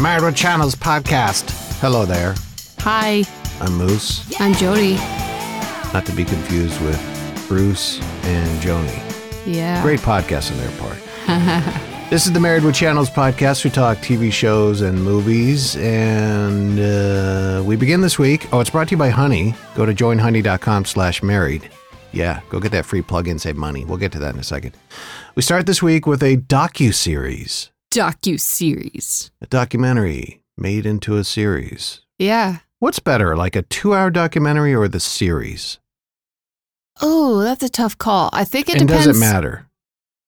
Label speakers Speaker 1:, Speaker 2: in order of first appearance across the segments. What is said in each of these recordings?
Speaker 1: Married Channels podcast. Hello there.
Speaker 2: Hi,
Speaker 1: I'm Moose,
Speaker 2: I'm Jody.
Speaker 1: not to be confused with Bruce and Joni.
Speaker 2: Yeah.
Speaker 1: Great podcast on their part. this is the Married with Channels podcast. We talk TV shows and movies, and uh, we begin this week. Oh, it's brought to you by Honey. Go to joinhoney.com/married. Yeah, go get that free plug-in, save money. We'll get to that in a second. We start this week with a docu series,
Speaker 2: Docu series.
Speaker 1: a documentary made into a series.
Speaker 2: Yeah.
Speaker 1: What's better, like a two-hour documentary or the series?
Speaker 2: Oh, that's a tough call. I think it
Speaker 1: and
Speaker 2: depends.
Speaker 1: does it matter?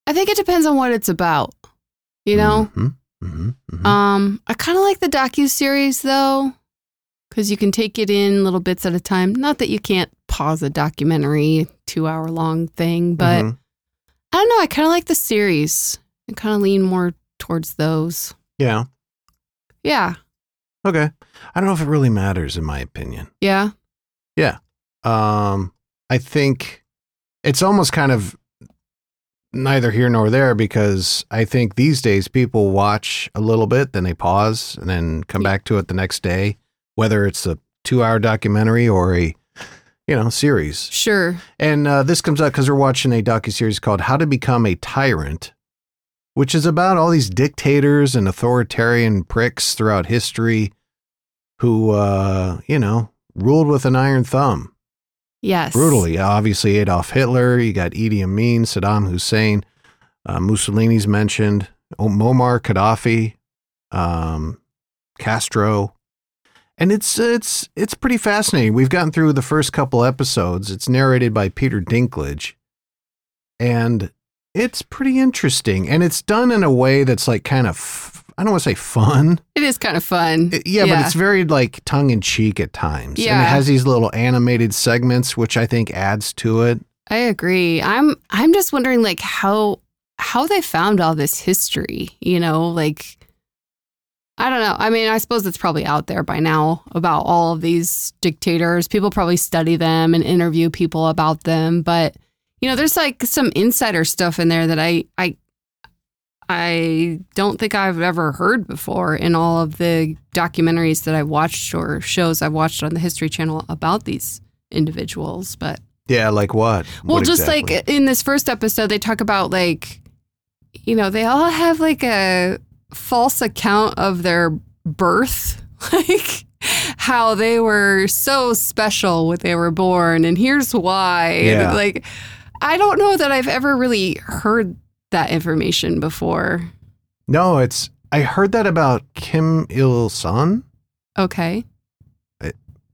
Speaker 2: I think it depends on what it's about. You know.
Speaker 1: hmm hmm
Speaker 2: Um, I kind of like the docu series though, because you can take it in little bits at a time. Not that you can't pause a documentary, two hour long thing, but
Speaker 1: Mm-hmm.
Speaker 2: I don't know. I kind of like the series. I kind of lean more towards those.
Speaker 1: yeah,
Speaker 2: Yeah.
Speaker 1: okay. I don't know if it really matters, in my opinion.
Speaker 2: Yeah.
Speaker 1: Um, I think it's almost kind of neither here nor there because I think these days people watch a little bit, then they pause, and then come back to it the next day, whether it's a two-hour documentary or a you know series.
Speaker 2: Sure.
Speaker 1: And uh, this comes out because we're watching a docuseries called How to Become a Tyrant, which is about all these dictators and authoritarian pricks throughout history who, uh, you know, ruled with an iron thumb
Speaker 2: Yes.
Speaker 1: brutally. Obviously, Adolf Hitler, you got Idi Amin, Saddam Hussein, uh, Mussolini's mentioned, O- Muammar Gaddafi, um, Castro. And it's it's it's pretty fascinating. We've gotten through the first couple episodes. It's narrated by Peter Dinklage, and it's pretty interesting. And it's done in a way that's like kind of f- I don't want to say fun,
Speaker 2: It is kind of fun.
Speaker 1: it- yeah, but it's very like tongue in cheek at times. And
Speaker 2: Yeah.
Speaker 1: it has these little animated segments, which I think adds to it.
Speaker 2: I agree. I'm I'm just wondering like how how they found all this history, you know, like I don't know. I mean, I suppose it's probably out there by now about all of these dictators. People probably study them and interview people about them, but you know, there's like some insider stuff in there that I I I don't think I've ever heard before in all of the documentaries that I watched or shows I've watched on the History Channel about these individuals, but
Speaker 1: Yeah, like what?
Speaker 2: well,
Speaker 1: What
Speaker 2: just
Speaker 1: exactly?
Speaker 2: like in this first episode, they talk about like, you know, they all have like a false account of their birth, like how they were so special when they were born, and here's why. And,
Speaker 1: Yeah.
Speaker 2: like, I don't know that I've ever really heard that information before.
Speaker 1: no, it's I heard that about Kim Il Sung,
Speaker 2: Okay.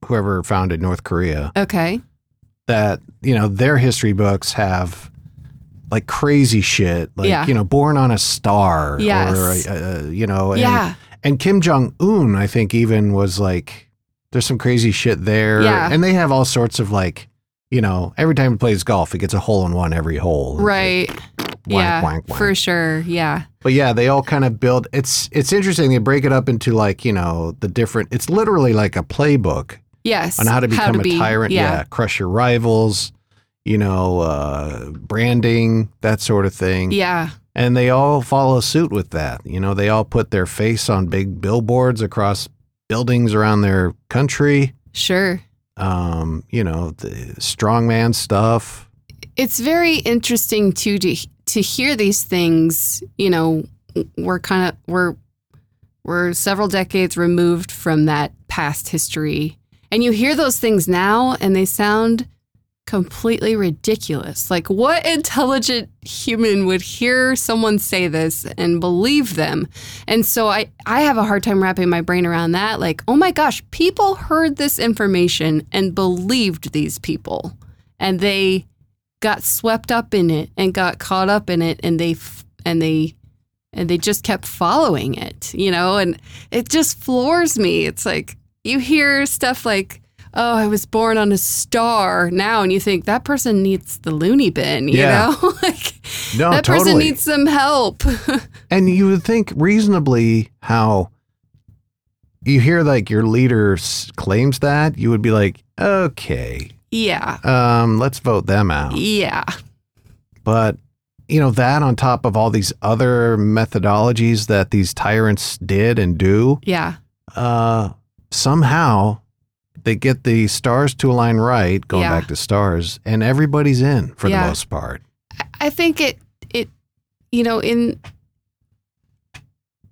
Speaker 1: whoever founded North Korea.
Speaker 2: Okay.
Speaker 1: That you know their history books have like crazy shit, like
Speaker 2: Yeah.
Speaker 1: you know, born on a star,
Speaker 2: Yes.
Speaker 1: or uh, you know, and,
Speaker 2: yeah.
Speaker 1: and Kim Jong Un, I think, even was like, there's some crazy shit there.
Speaker 2: Yeah.
Speaker 1: And they have all sorts of like, you know, every time he plays golf, he gets a hole in one every hole.
Speaker 2: Right.
Speaker 1: Whack,
Speaker 2: yeah.
Speaker 1: whack, whack.
Speaker 2: For sure. Yeah.
Speaker 1: But yeah, they all kind of build. It's it's interesting. They break it up into like you know the different. It's literally like a playbook
Speaker 2: Yes.
Speaker 1: on how to become a
Speaker 2: be-
Speaker 1: tyrant. crush your rivals. You know, uh, branding that sort of
Speaker 2: Yeah.
Speaker 1: thing.
Speaker 2: yeah.
Speaker 1: And they all follow suit with that. You know, they all put their face on big billboards across buildings around their country.
Speaker 2: Sure.
Speaker 1: Um, you know, the strongman stuff.
Speaker 2: it's very interesting too to to hear these things. You know, we're kind of we're we're several decades removed from that past history, and you hear those things now, and they sound completely ridiculous. Like, what intelligent human would hear someone say this and believe them? And so I I have a hard time wrapping my brain around that. Like, oh my gosh, people heard this information and believed these people, and they got swept up in it and got caught up in it and they f- and they and they just kept following it you know and it just floors me it's like you hear stuff like oh i was born on a star now and you think that person needs the loony bin you
Speaker 1: Yeah.
Speaker 2: know like
Speaker 1: No,
Speaker 2: that
Speaker 1: totally.
Speaker 2: person needs some help
Speaker 1: And you would think reasonably how you hear like your leader s- claims that, you would be like, okay,
Speaker 2: yeah
Speaker 1: um, let's vote them out.
Speaker 2: yeah
Speaker 1: But you know, that on top of all these other methodologies that these tyrants did and do,
Speaker 2: Yeah.
Speaker 1: uh, somehow they get the stars to align right, going
Speaker 2: Yeah.
Speaker 1: back to stars, and everybody's in for
Speaker 2: Yeah.
Speaker 1: the most part.
Speaker 2: I- I think it it you know in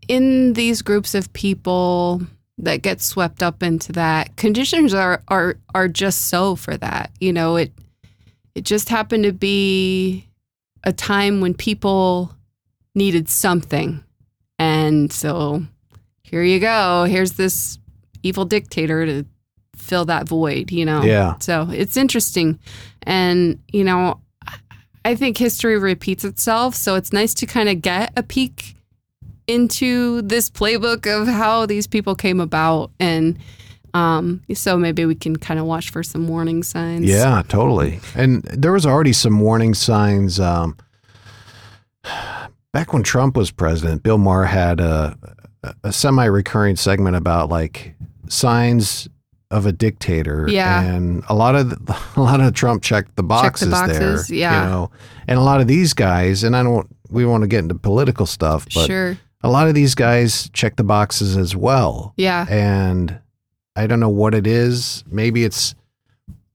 Speaker 2: in these groups of people that get swept up into that conditions are are are just so for that you know it it just happened to be a time when people needed something and so here you go here's this evil dictator to fill that void you know
Speaker 1: Yeah.
Speaker 2: so it's interesting. And, you know, I think history repeats itself. So it's nice to kind of get a peek into this playbook of how these people came about. And um, so maybe we can kind of watch for some warning signs.
Speaker 1: Yeah, totally. And there was already some warning signs. Um, back when Trump was president, Bill Maher had a, a semi-recurring segment about like signs of a dictator.
Speaker 2: Yeah.
Speaker 1: and a lot of the- a lot of Trump checked the boxes,
Speaker 2: boxes,
Speaker 1: there.
Speaker 2: yeah.
Speaker 1: you know, and a lot of these guys, and I don't. We want to get into political stuff, but
Speaker 2: Sure.
Speaker 1: a lot of these guys check the boxes as well
Speaker 2: Yeah.
Speaker 1: and I don't know what it is. Maybe it's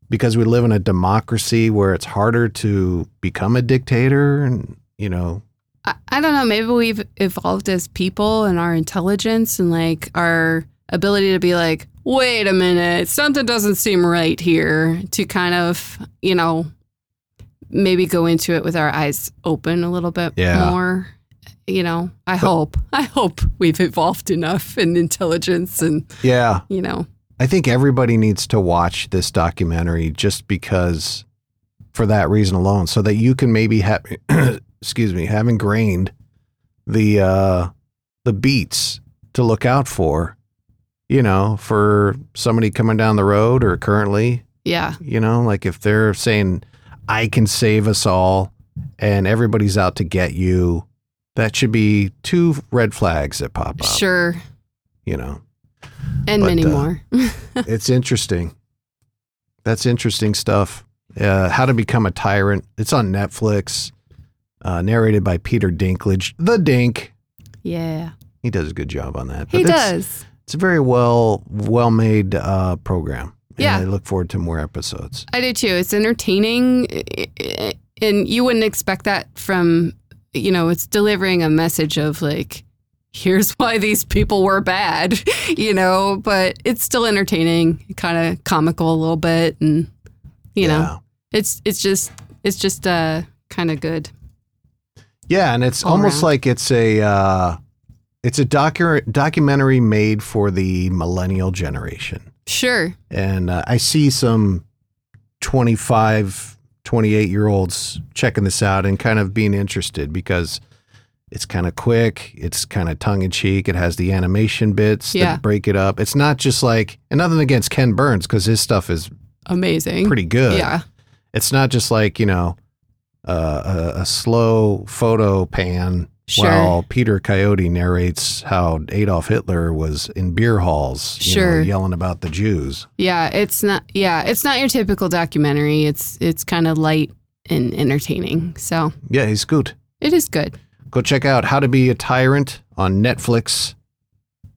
Speaker 1: because we live in a democracy where it's harder to become a dictator, and you know,
Speaker 2: I, I don't know. Maybe we've evolved as people and our intelligence and like our ability to be like, wait a minute, something doesn't seem right here to kind of, you know, maybe go into it with our eyes open a little bit
Speaker 1: Yeah.
Speaker 2: more. You know, I hope, I hope we've evolved enough in intelligence and,
Speaker 1: yeah.
Speaker 2: you know,
Speaker 1: I think everybody needs to watch this documentary just because, for that reason alone, so that you can maybe have, excuse me, have ingrained the uh, the beats to look out for, you know, for somebody coming down the road or currently
Speaker 2: yeah,
Speaker 1: You know, like if they're saying, I can save us all and everybody's out to get you, that should be two red flags that pop up.
Speaker 2: sure.
Speaker 1: You know,
Speaker 2: And
Speaker 1: But,
Speaker 2: many
Speaker 1: uh,
Speaker 2: more.
Speaker 1: it's interesting. That's interesting stuff. Uh, How to Become a Tyrant. It's on Netflix, uh, narrated by Peter Dinklage, the Dink.
Speaker 2: yeah.
Speaker 1: He does a good job on that.
Speaker 2: He
Speaker 1: But it's-
Speaker 2: does.
Speaker 1: It's a very well well made uh, program. And
Speaker 2: Yeah.
Speaker 1: I look forward to more episodes.
Speaker 2: I do too. It's entertaining, i- i- and you wouldn't expect that from you know. It's delivering a message of like, here's why these people were bad, you know. But it's still entertaining, kind of comical a little bit, and you know,
Speaker 1: Yeah.
Speaker 2: it's it's just it's just uh kind of good.
Speaker 1: Yeah, and it's
Speaker 2: all
Speaker 1: almost
Speaker 2: around.
Speaker 1: like it's a uh, it's a docu- documentary made for the millennial generation.
Speaker 2: Sure.
Speaker 1: And uh, I see some 25, 28 year olds checking this out and kind of being interested because it's kind of quick, it's kind of tongue in cheek, it has the animation bits
Speaker 2: Yeah.
Speaker 1: that break it up. It's not just like and nothing against Ken Burns cuz his stuff is
Speaker 2: Amazing.
Speaker 1: pretty good
Speaker 2: Mm, Yeah.
Speaker 1: it's not just like you know uh, a, a slow photo pan
Speaker 2: Sure.
Speaker 1: while Peter Coyote narrates how Adolf Hitler was in beer halls, you know,
Speaker 2: Sure.
Speaker 1: yelling about the Jews.
Speaker 2: Yeah. It's not. Yeah. It's not your typical documentary. It's it's kind of light and entertaining. So
Speaker 1: Yeah, he's good.
Speaker 2: it is good.
Speaker 1: Go check out How to Be a Tyrant on Netflix.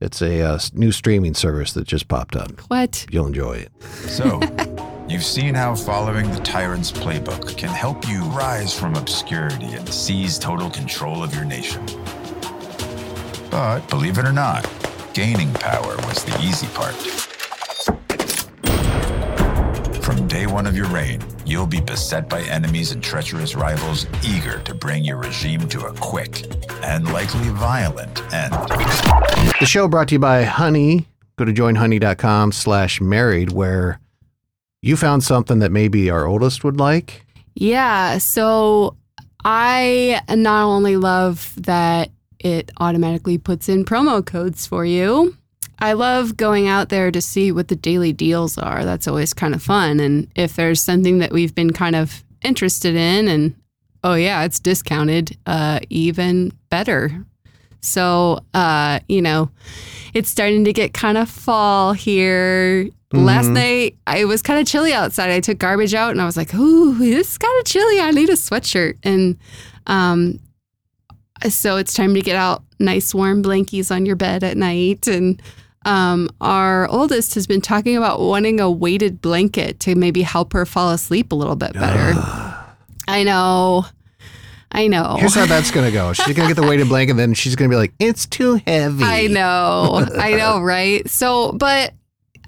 Speaker 1: It's a uh, s- new streaming service that just popped up.
Speaker 2: What?
Speaker 1: You'll enjoy it.
Speaker 3: So, you've seen how following the tyrant's playbook can help you rise from obscurity and seize total control of your nation. But believe it or not, gaining power was the easy part. From day one of your reign, you'll be beset by enemies and treacherous rivals eager to bring your regime to a quick and likely violent end.
Speaker 1: The show brought to you by Honey. Go to joinhoney.com slash married where you found something that maybe our oldest would like.
Speaker 2: Yeah. So I not only love that it automatically puts in promo codes for you, I love going out there to see what the daily deals are. That's always kind of fun. And if there's something that we've been kind of interested in and oh yeah, it's discounted, uh, even better. So, uh, you know, it's starting to get kind of fall here. Last
Speaker 1: Mhm.
Speaker 2: night, I- it was kind of chilly outside. I took garbage out and I was like, ooh, this is kind of chilly. I need a sweatshirt. And um, so it's time to get out nice warm blankies on your bed at night. And um, our oldest has been talking about wanting a weighted blanket to maybe help her fall asleep a little bit better. I know. I know.
Speaker 1: Ah. Here's how that's gonna go. She's gonna get the weighted blanket, and then she's gonna be like, "It's too heavy."
Speaker 2: I know. I know, right? So, but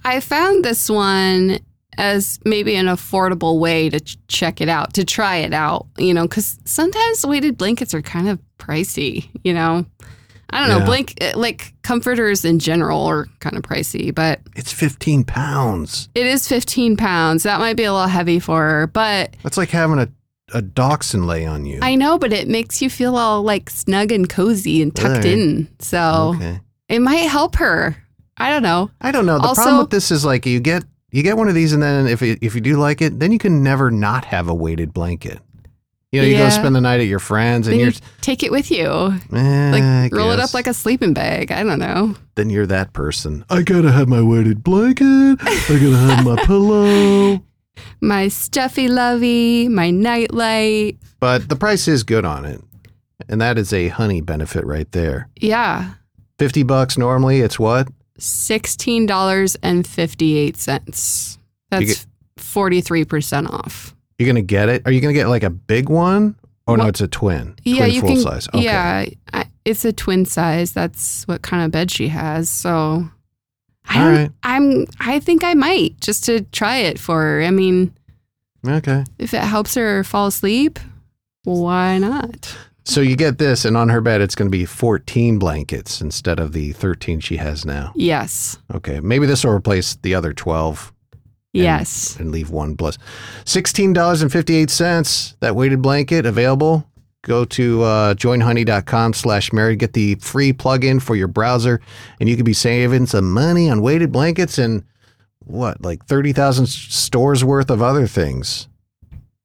Speaker 2: I found this one as maybe an affordable way to ch- check it out, to try it out, you know, because sometimes weighted blankets are kind of pricey, you know. I don't know,
Speaker 1: Yeah.
Speaker 2: blank eh, like comforters in general are kind of pricey, but
Speaker 1: It's 15 pounds.
Speaker 2: it is 15 pounds. That might be a little heavy for her, but
Speaker 1: That's like having a a dachshund lay on you.
Speaker 2: I know, but it makes you feel all like snug and cozy and tucked
Speaker 1: Right.
Speaker 2: in. So
Speaker 1: Okay.
Speaker 2: it might help her. I don't know.
Speaker 1: I don't know. The
Speaker 2: Also-
Speaker 1: problem with this is like you get you get one of these, and then if it, if you do like it, then you can never not have a weighted blanket. You know, you
Speaker 2: Yeah.
Speaker 1: go spend the night at your friends, and
Speaker 2: Then
Speaker 1: you're
Speaker 2: you take it with you.
Speaker 1: eh,
Speaker 2: Like
Speaker 1: I
Speaker 2: roll it
Speaker 1: guess.
Speaker 2: up like a sleeping bag. I don't know.
Speaker 1: then you're that person. I gotta have my weighted blanket. I gotta have my pillow.
Speaker 2: My stuffy lovey, my nightlight.
Speaker 1: But the price is good on it, and that is a honey benefit right there.
Speaker 2: Yeah.
Speaker 1: 50 bucks normally it's what
Speaker 2: Sixteen dollars and fifty eight cents.
Speaker 1: You
Speaker 2: That's forty three percent off.
Speaker 1: you're gonna get it are you gonna get like a big one oh no
Speaker 2: Well,
Speaker 1: it's a twin
Speaker 2: Yeah,
Speaker 1: twin
Speaker 2: you
Speaker 1: full
Speaker 2: can.
Speaker 1: size okay
Speaker 2: Yeah, I, it's a twin size. That's what kind of bed she has. So, I
Speaker 1: All
Speaker 2: don't,
Speaker 1: right.
Speaker 2: I'm. I think I might just to try it for her. I mean,
Speaker 1: okay
Speaker 2: if it helps her fall asleep, why not?
Speaker 1: so you get this and on her bed it's gonna be 14 blankets instead of the 13 she has now
Speaker 2: Yes.
Speaker 1: okay maybe this will replace the other 12 And-
Speaker 2: Yes.
Speaker 1: and leave one plus $16.58 that weighted blanket available go to uh, joinhoney.com slash mary get the free plug-in for your browser and you could be saving some money on weighted blankets and what like 30000 s- stores worth of other things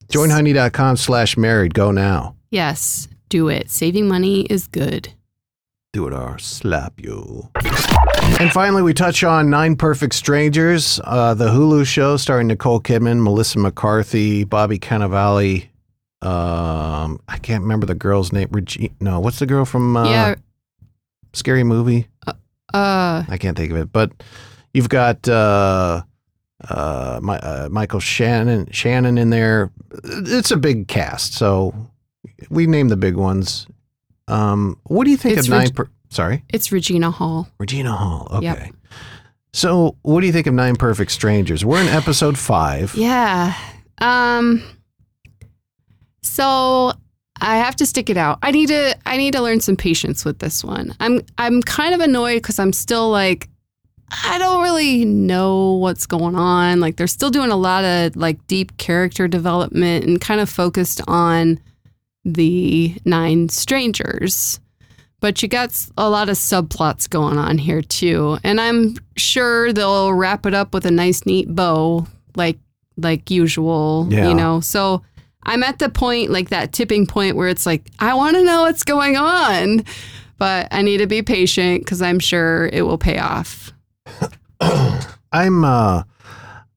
Speaker 1: joinhoney.com slash married go now
Speaker 2: Yes, do it. Saving money is good.
Speaker 1: do it or slap you and finally we touch on nine perfect strangers uh, the hulu show starring nicole kidman melissa mccarthy bobby cannavale um, I can't remember the girl's name. Regi- no, what's the girl from uh,
Speaker 2: yeah.
Speaker 1: Scary Movie?
Speaker 2: Uh,
Speaker 1: I can't think of it, but you've got uh, uh, my, uh, Michael Shannon Shannon in there. It's a big cast, so we named the big ones. Um, what do you think
Speaker 2: It's
Speaker 1: of nine?
Speaker 2: Reg-
Speaker 1: per- Sorry,
Speaker 2: it's Regina Hall.
Speaker 1: Regina Hall. Okay.
Speaker 2: Yep.
Speaker 1: So, what do you think of Nine Perfect Strangers? We're in episode five.
Speaker 2: Yeah. Um. So I have to stick it out. I need to. I need to learn some patience with this one. I'm. I'm kind of annoyed because I'm still like, I don't really know what's going on. Like they're still doing a lot of like deep character development and kind of focused on the nine strangers. But you got s- a lot of subplots going on here too, and I'm sure they'll wrap it up with a nice, neat bow, like like usual.
Speaker 1: Yeah.
Speaker 2: You know, so I'm at the point like that tipping point where it's like I want to know what's going on, but I need to be patient because I'm sure it will pay off.
Speaker 1: I'm uh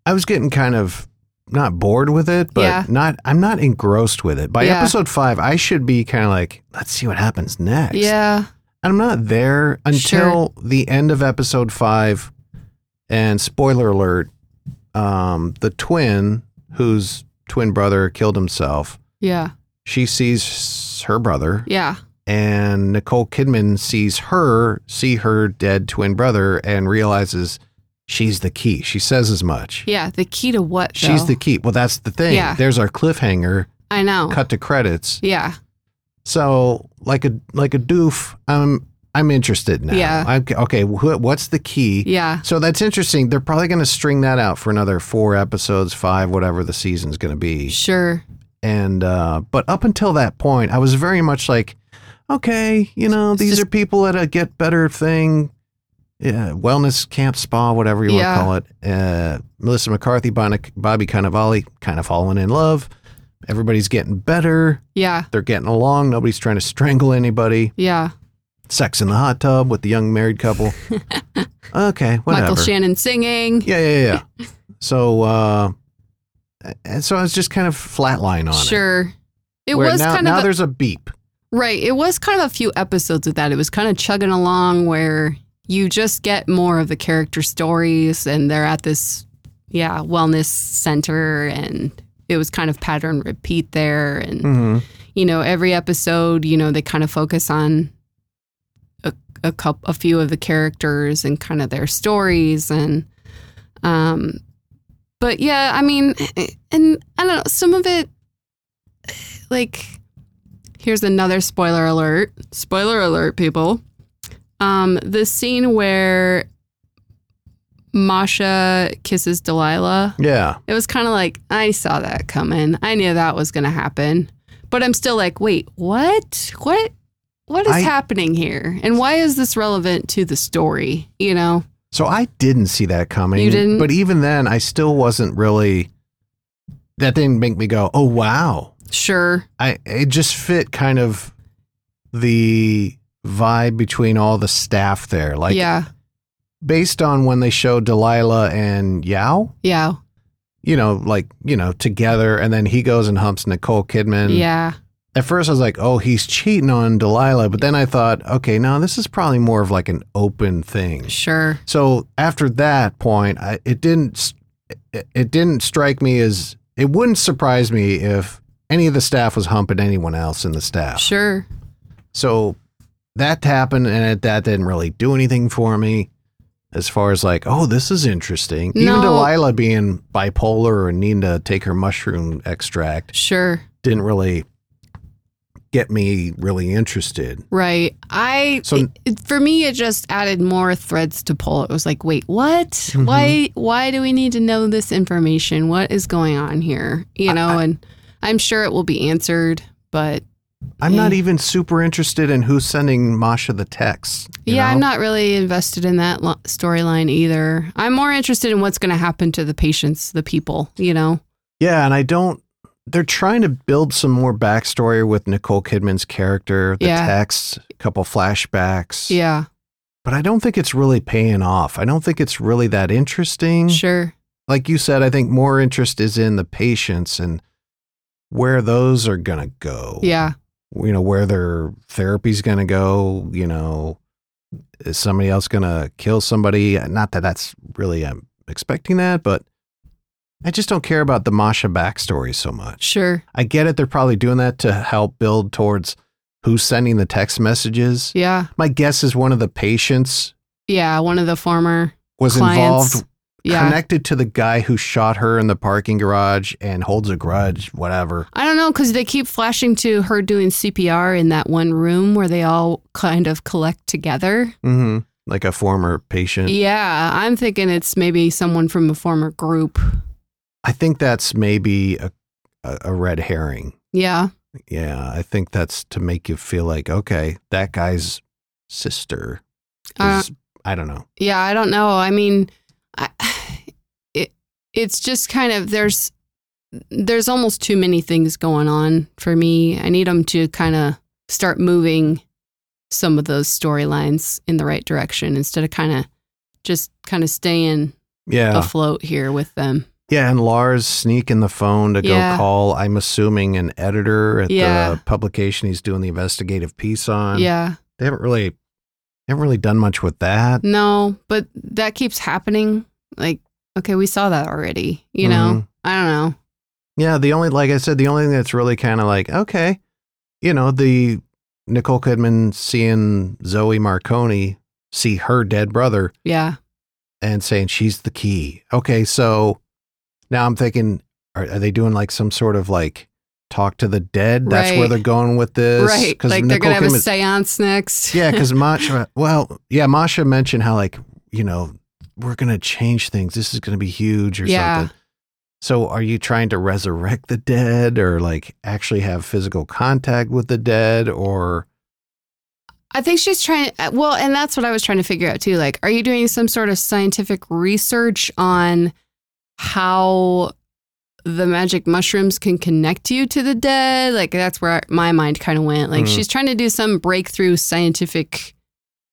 Speaker 1: I was getting kind of not bored with it, but
Speaker 2: Yeah.
Speaker 1: not I'm not engrossed with it. By
Speaker 2: Yeah.
Speaker 1: episode 5, I should be kind of like, let's see what happens next.
Speaker 2: Yeah.
Speaker 1: And I'm not there until the end of episode 5 and spoiler alert, um the twin whose twin brother killed himself,
Speaker 2: Yeah.
Speaker 1: she sees her brother
Speaker 2: Yeah.
Speaker 1: and Nicole Kidman sees her see her dead twin brother and realizes she's the key. She says as much.
Speaker 2: Yeah. The key to what?
Speaker 1: She's
Speaker 2: though?
Speaker 1: the key. Well, that's the thing.
Speaker 2: Yeah.
Speaker 1: There's our cliffhanger.
Speaker 2: I know.
Speaker 1: Cut to credits.
Speaker 2: Yeah.
Speaker 1: So, like a like a doof, I'm I'm interested now.
Speaker 2: Yeah.
Speaker 1: I'm, okay. Wh- what's the key?
Speaker 2: Yeah.
Speaker 1: So that's interesting. They're probably going to string that out for another four episodes, five, whatever the season's going to be.
Speaker 2: Sure.
Speaker 1: And uh, but up until that point, I was very much like, okay, you know,
Speaker 2: It's
Speaker 1: these
Speaker 2: just-
Speaker 1: are people at a get better thing, yeah, wellness camp, spa, whatever you
Speaker 2: Yeah.
Speaker 1: want to call it. Uh, Melissa McCarthy, Bon- Bobby Cannavale, kind of falling in love. Everybody's getting better.
Speaker 2: Yeah.
Speaker 1: They're getting along. Nobody's trying to strangle anybody.
Speaker 2: Yeah.
Speaker 1: Sex in the hot tub with the young married couple. Okay, whatever.
Speaker 2: Michael Shannon singing.
Speaker 1: Yeah, yeah, yeah. so, uh, and so I was just kind of flatline on it.
Speaker 2: sure. It
Speaker 1: Where
Speaker 2: was
Speaker 1: now,
Speaker 2: kind
Speaker 1: now
Speaker 2: of a,
Speaker 1: there's a beep.
Speaker 2: right. It was kind of a few episodes of that. It was kind of chugging along where you just get more of the character stories, and they're at this yeah wellness center, and it was kind of pattern repeat there, and
Speaker 1: hmm
Speaker 2: you know every episode you know they kind of focus on a, a couple a few of the characters and kind of their stories and um but yeah i mean and i don't know some of it like here's another spoiler alert spoiler alert people um the scene where masha kisses delilah
Speaker 1: Yeah,
Speaker 2: it was kind of like, I saw that coming. I knew that was going to happen. But I'm still like, wait, what? What? What is
Speaker 1: I-
Speaker 2: happening here? And why is this relevant to the story? You know?
Speaker 1: so I didn't see that coming.
Speaker 2: You didn't?
Speaker 1: but even then, I still wasn't really. That didn't make me go, "Oh wow!"
Speaker 2: Sure.
Speaker 1: I it just fit kind of the vibe between all the staff there, like
Speaker 2: yeah.
Speaker 1: based on when they showed Delilah and Yao.
Speaker 2: Yeah.
Speaker 1: You know, like you know, together, and then he goes and humps Nicole Kidman.
Speaker 2: yeah.
Speaker 1: At first, I was like, "Oh, he's cheating on Delilah," but then I thought, "Okay, no, this is probably more of like an open thing."
Speaker 2: Sure.
Speaker 1: So after that point, I, it didn't it, it didn't strike me as it wouldn't surprise me if any of the staff was humping anyone else in the staff.
Speaker 2: Sure.
Speaker 1: So that happened, and it, that didn't really do anything for me as far as like, oh, this is interesting. Even
Speaker 2: No.
Speaker 1: Delilah being bipolar or needing to take her mushroom extract
Speaker 2: Sure.
Speaker 1: didn't really get me really interested.
Speaker 2: Right. I
Speaker 1: So-
Speaker 2: it- it- for me it just added more threads to pull. It was like, wait, what?
Speaker 1: Mm-hmm.
Speaker 2: Why why do we need to know this information? What is going on here? You know, and I'm sure it will be answered, but
Speaker 1: I'm not
Speaker 2: Mm.
Speaker 1: even super interested in who's sending Masha the texts. you
Speaker 2: yeah, I'm
Speaker 1: know?
Speaker 2: not really invested in that lo- storyline either. I'm more interested in what's going to happen to the patients, the people, you know.
Speaker 1: Yeah, and I don't. They're trying to build some more backstory with Nicole Kidman's character, the
Speaker 2: Yeah.
Speaker 1: texts, a couple flashbacks.
Speaker 2: Yeah,
Speaker 1: But I don't think it's really paying off. I don't think it's really that interesting.
Speaker 2: sure.
Speaker 1: Like you said, I think more interest is in the patients and where those are going to go.
Speaker 2: Yeah,
Speaker 1: You know, where their therapy's going to go. You know, is somebody else going to kill somebody? Not that that's really, I'm expecting that, but I just don't care about the Masha backstory so much.
Speaker 2: sure.
Speaker 1: I get it. They're probably doing that to help build towards who's sending the text messages.
Speaker 2: Yeah,
Speaker 1: My guess is one of the patients
Speaker 2: yeah. One of the former
Speaker 1: was
Speaker 2: clients.
Speaker 1: involved,
Speaker 2: yeah,
Speaker 1: connected to the guy who shot her in the parking garage and holds a grudge, whatever.
Speaker 2: I don't know because they keep flashing to her doing CPR in that one room where they all kind of collect together.
Speaker 1: Mm-hmm. Like a former patient.
Speaker 2: Yeah, I'm thinking it's maybe someone from a former group.
Speaker 1: I think that's maybe a, a, a red herring.
Speaker 2: Yeah,
Speaker 1: Yeah, I think that's to make you feel like, okay, that guy's sister
Speaker 2: Uh,
Speaker 1: is, I don't know.
Speaker 2: yeah. I don't know. I mean, I, it it's just kind of there's there's almost too many things going on for me. I need them to kind of start moving some of those storylines in the right direction instead of kind of just kind of staying
Speaker 1: Yeah.
Speaker 2: afloat here with them.
Speaker 1: Yeah, and Lars sneaking the phone to go
Speaker 2: Yeah.
Speaker 1: call, I'm assuming, an editor at
Speaker 2: Yeah.
Speaker 1: the publication he's doing the investigative piece on.
Speaker 2: yeah.
Speaker 1: They haven't really haven't really done much with that.
Speaker 2: No, but that keeps happening. Like, okay, we saw that already. You
Speaker 1: Mhm.
Speaker 2: know, I don't know.
Speaker 1: Yeah, the only like I said, the only thing that's really kinda like, okay, you know, the Nicole Kidman seeing Zoe Marconi see her dead brother
Speaker 2: Yeah,
Speaker 1: and saying she's the key. Okay, so now I'm thinking, are, are they doing like some sort of like talk to the dead? That's where
Speaker 2: Right.
Speaker 1: they're going with this.
Speaker 2: right. Like they're
Speaker 1: Nicole
Speaker 2: gonna have a
Speaker 1: Kidman-
Speaker 2: séance next.
Speaker 1: yeah, because Masha, well, yeah, Masha mentioned how, like, you know, we're going to change things. This is going to be huge or
Speaker 2: Yeah.
Speaker 1: something. So are you trying to resurrect the dead or like actually have physical contact with the dead or
Speaker 2: I think she's trying. Well, and that's what I was trying to figure out too. Like, are you doing some sort of scientific research on how the magic mushrooms can connect you to the dead? Like, that's where my mind kind of went. Like,
Speaker 1: Mhm.
Speaker 2: she's trying to do some breakthrough scientific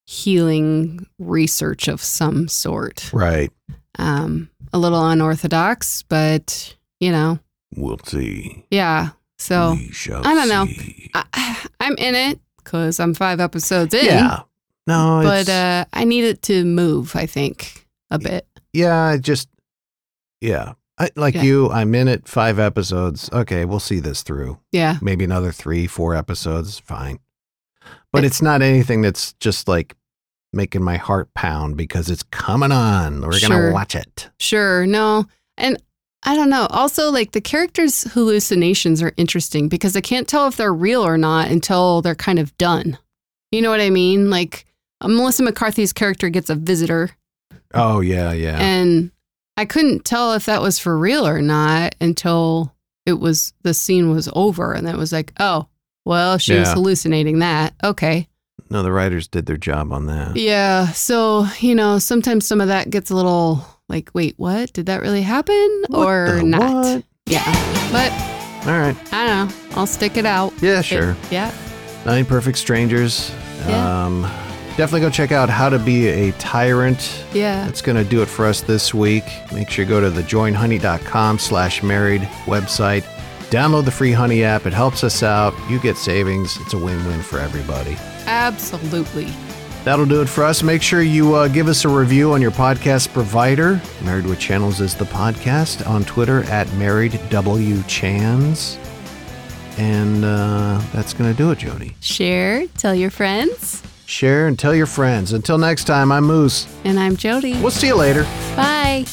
Speaker 2: healing research of some sort.
Speaker 1: Right.
Speaker 2: Um, a little unorthodox, but you know,
Speaker 1: We'll see.
Speaker 2: yeah. So
Speaker 1: we shall
Speaker 2: I don't know.
Speaker 1: see.
Speaker 2: I, I'm in it because I'm five episodes in.
Speaker 1: Yeah. No,
Speaker 2: but
Speaker 1: it's,
Speaker 2: uh, I need it to move. I think a bit.
Speaker 1: yeah, I just, yeah. I, like
Speaker 2: Yeah.
Speaker 1: you, I'm in it five episodes. Okay, we'll see this through.
Speaker 2: Yeah,
Speaker 1: Maybe another three, four episodes. Fine. But it's not anything that's just like making my heart pound because it's coming on. We're going to
Speaker 2: Sure.
Speaker 1: watch it.
Speaker 2: sure. No, and I don't know. Also, like the characters' hallucinations are interesting because I can't tell if they're real or not until they're kind of done. You know what I mean? Like uh, Melissa McCarthy's character gets a visitor,
Speaker 1: Oh, yeah, yeah.
Speaker 2: and I couldn't tell if that was for real or not until it was the scene was over, and then it was like, oh, well, she was
Speaker 1: Yeah.
Speaker 2: hallucinating that. Okay.
Speaker 1: no, the writers did their job on that.
Speaker 2: Yeah. So, you know, sometimes some of that gets a little like, wait, what? Did that really happen
Speaker 1: What
Speaker 2: or
Speaker 1: the
Speaker 2: not?
Speaker 1: what?
Speaker 2: Yeah. But
Speaker 1: All right.
Speaker 2: I don't know. I'll stick it out.
Speaker 1: Yeah, sure.
Speaker 2: It- yeah.
Speaker 1: Nine Perfect Strangers.
Speaker 2: Yeah.
Speaker 1: Um, definitely go check out How to Be a Tyrant.
Speaker 2: Yeah.
Speaker 1: That's going to do it for us this week. Make sure you go to the joinhoney.com slash married website. Download the free Honey app. It helps us out. You get savings. It's a win-win for everybody.
Speaker 2: Absolutely.
Speaker 1: That'll do it for us. Make sure you uh, give us a review on your podcast provider. Married with Channels is the podcast on Twitter at Married W Chans. And uh, that's going to do it, Jody.
Speaker 2: Share, tell your friends.
Speaker 1: Share and tell your friends. Until next time, I'm Moose.
Speaker 2: And I'm Jody.
Speaker 1: We'll see you later.
Speaker 2: Bye.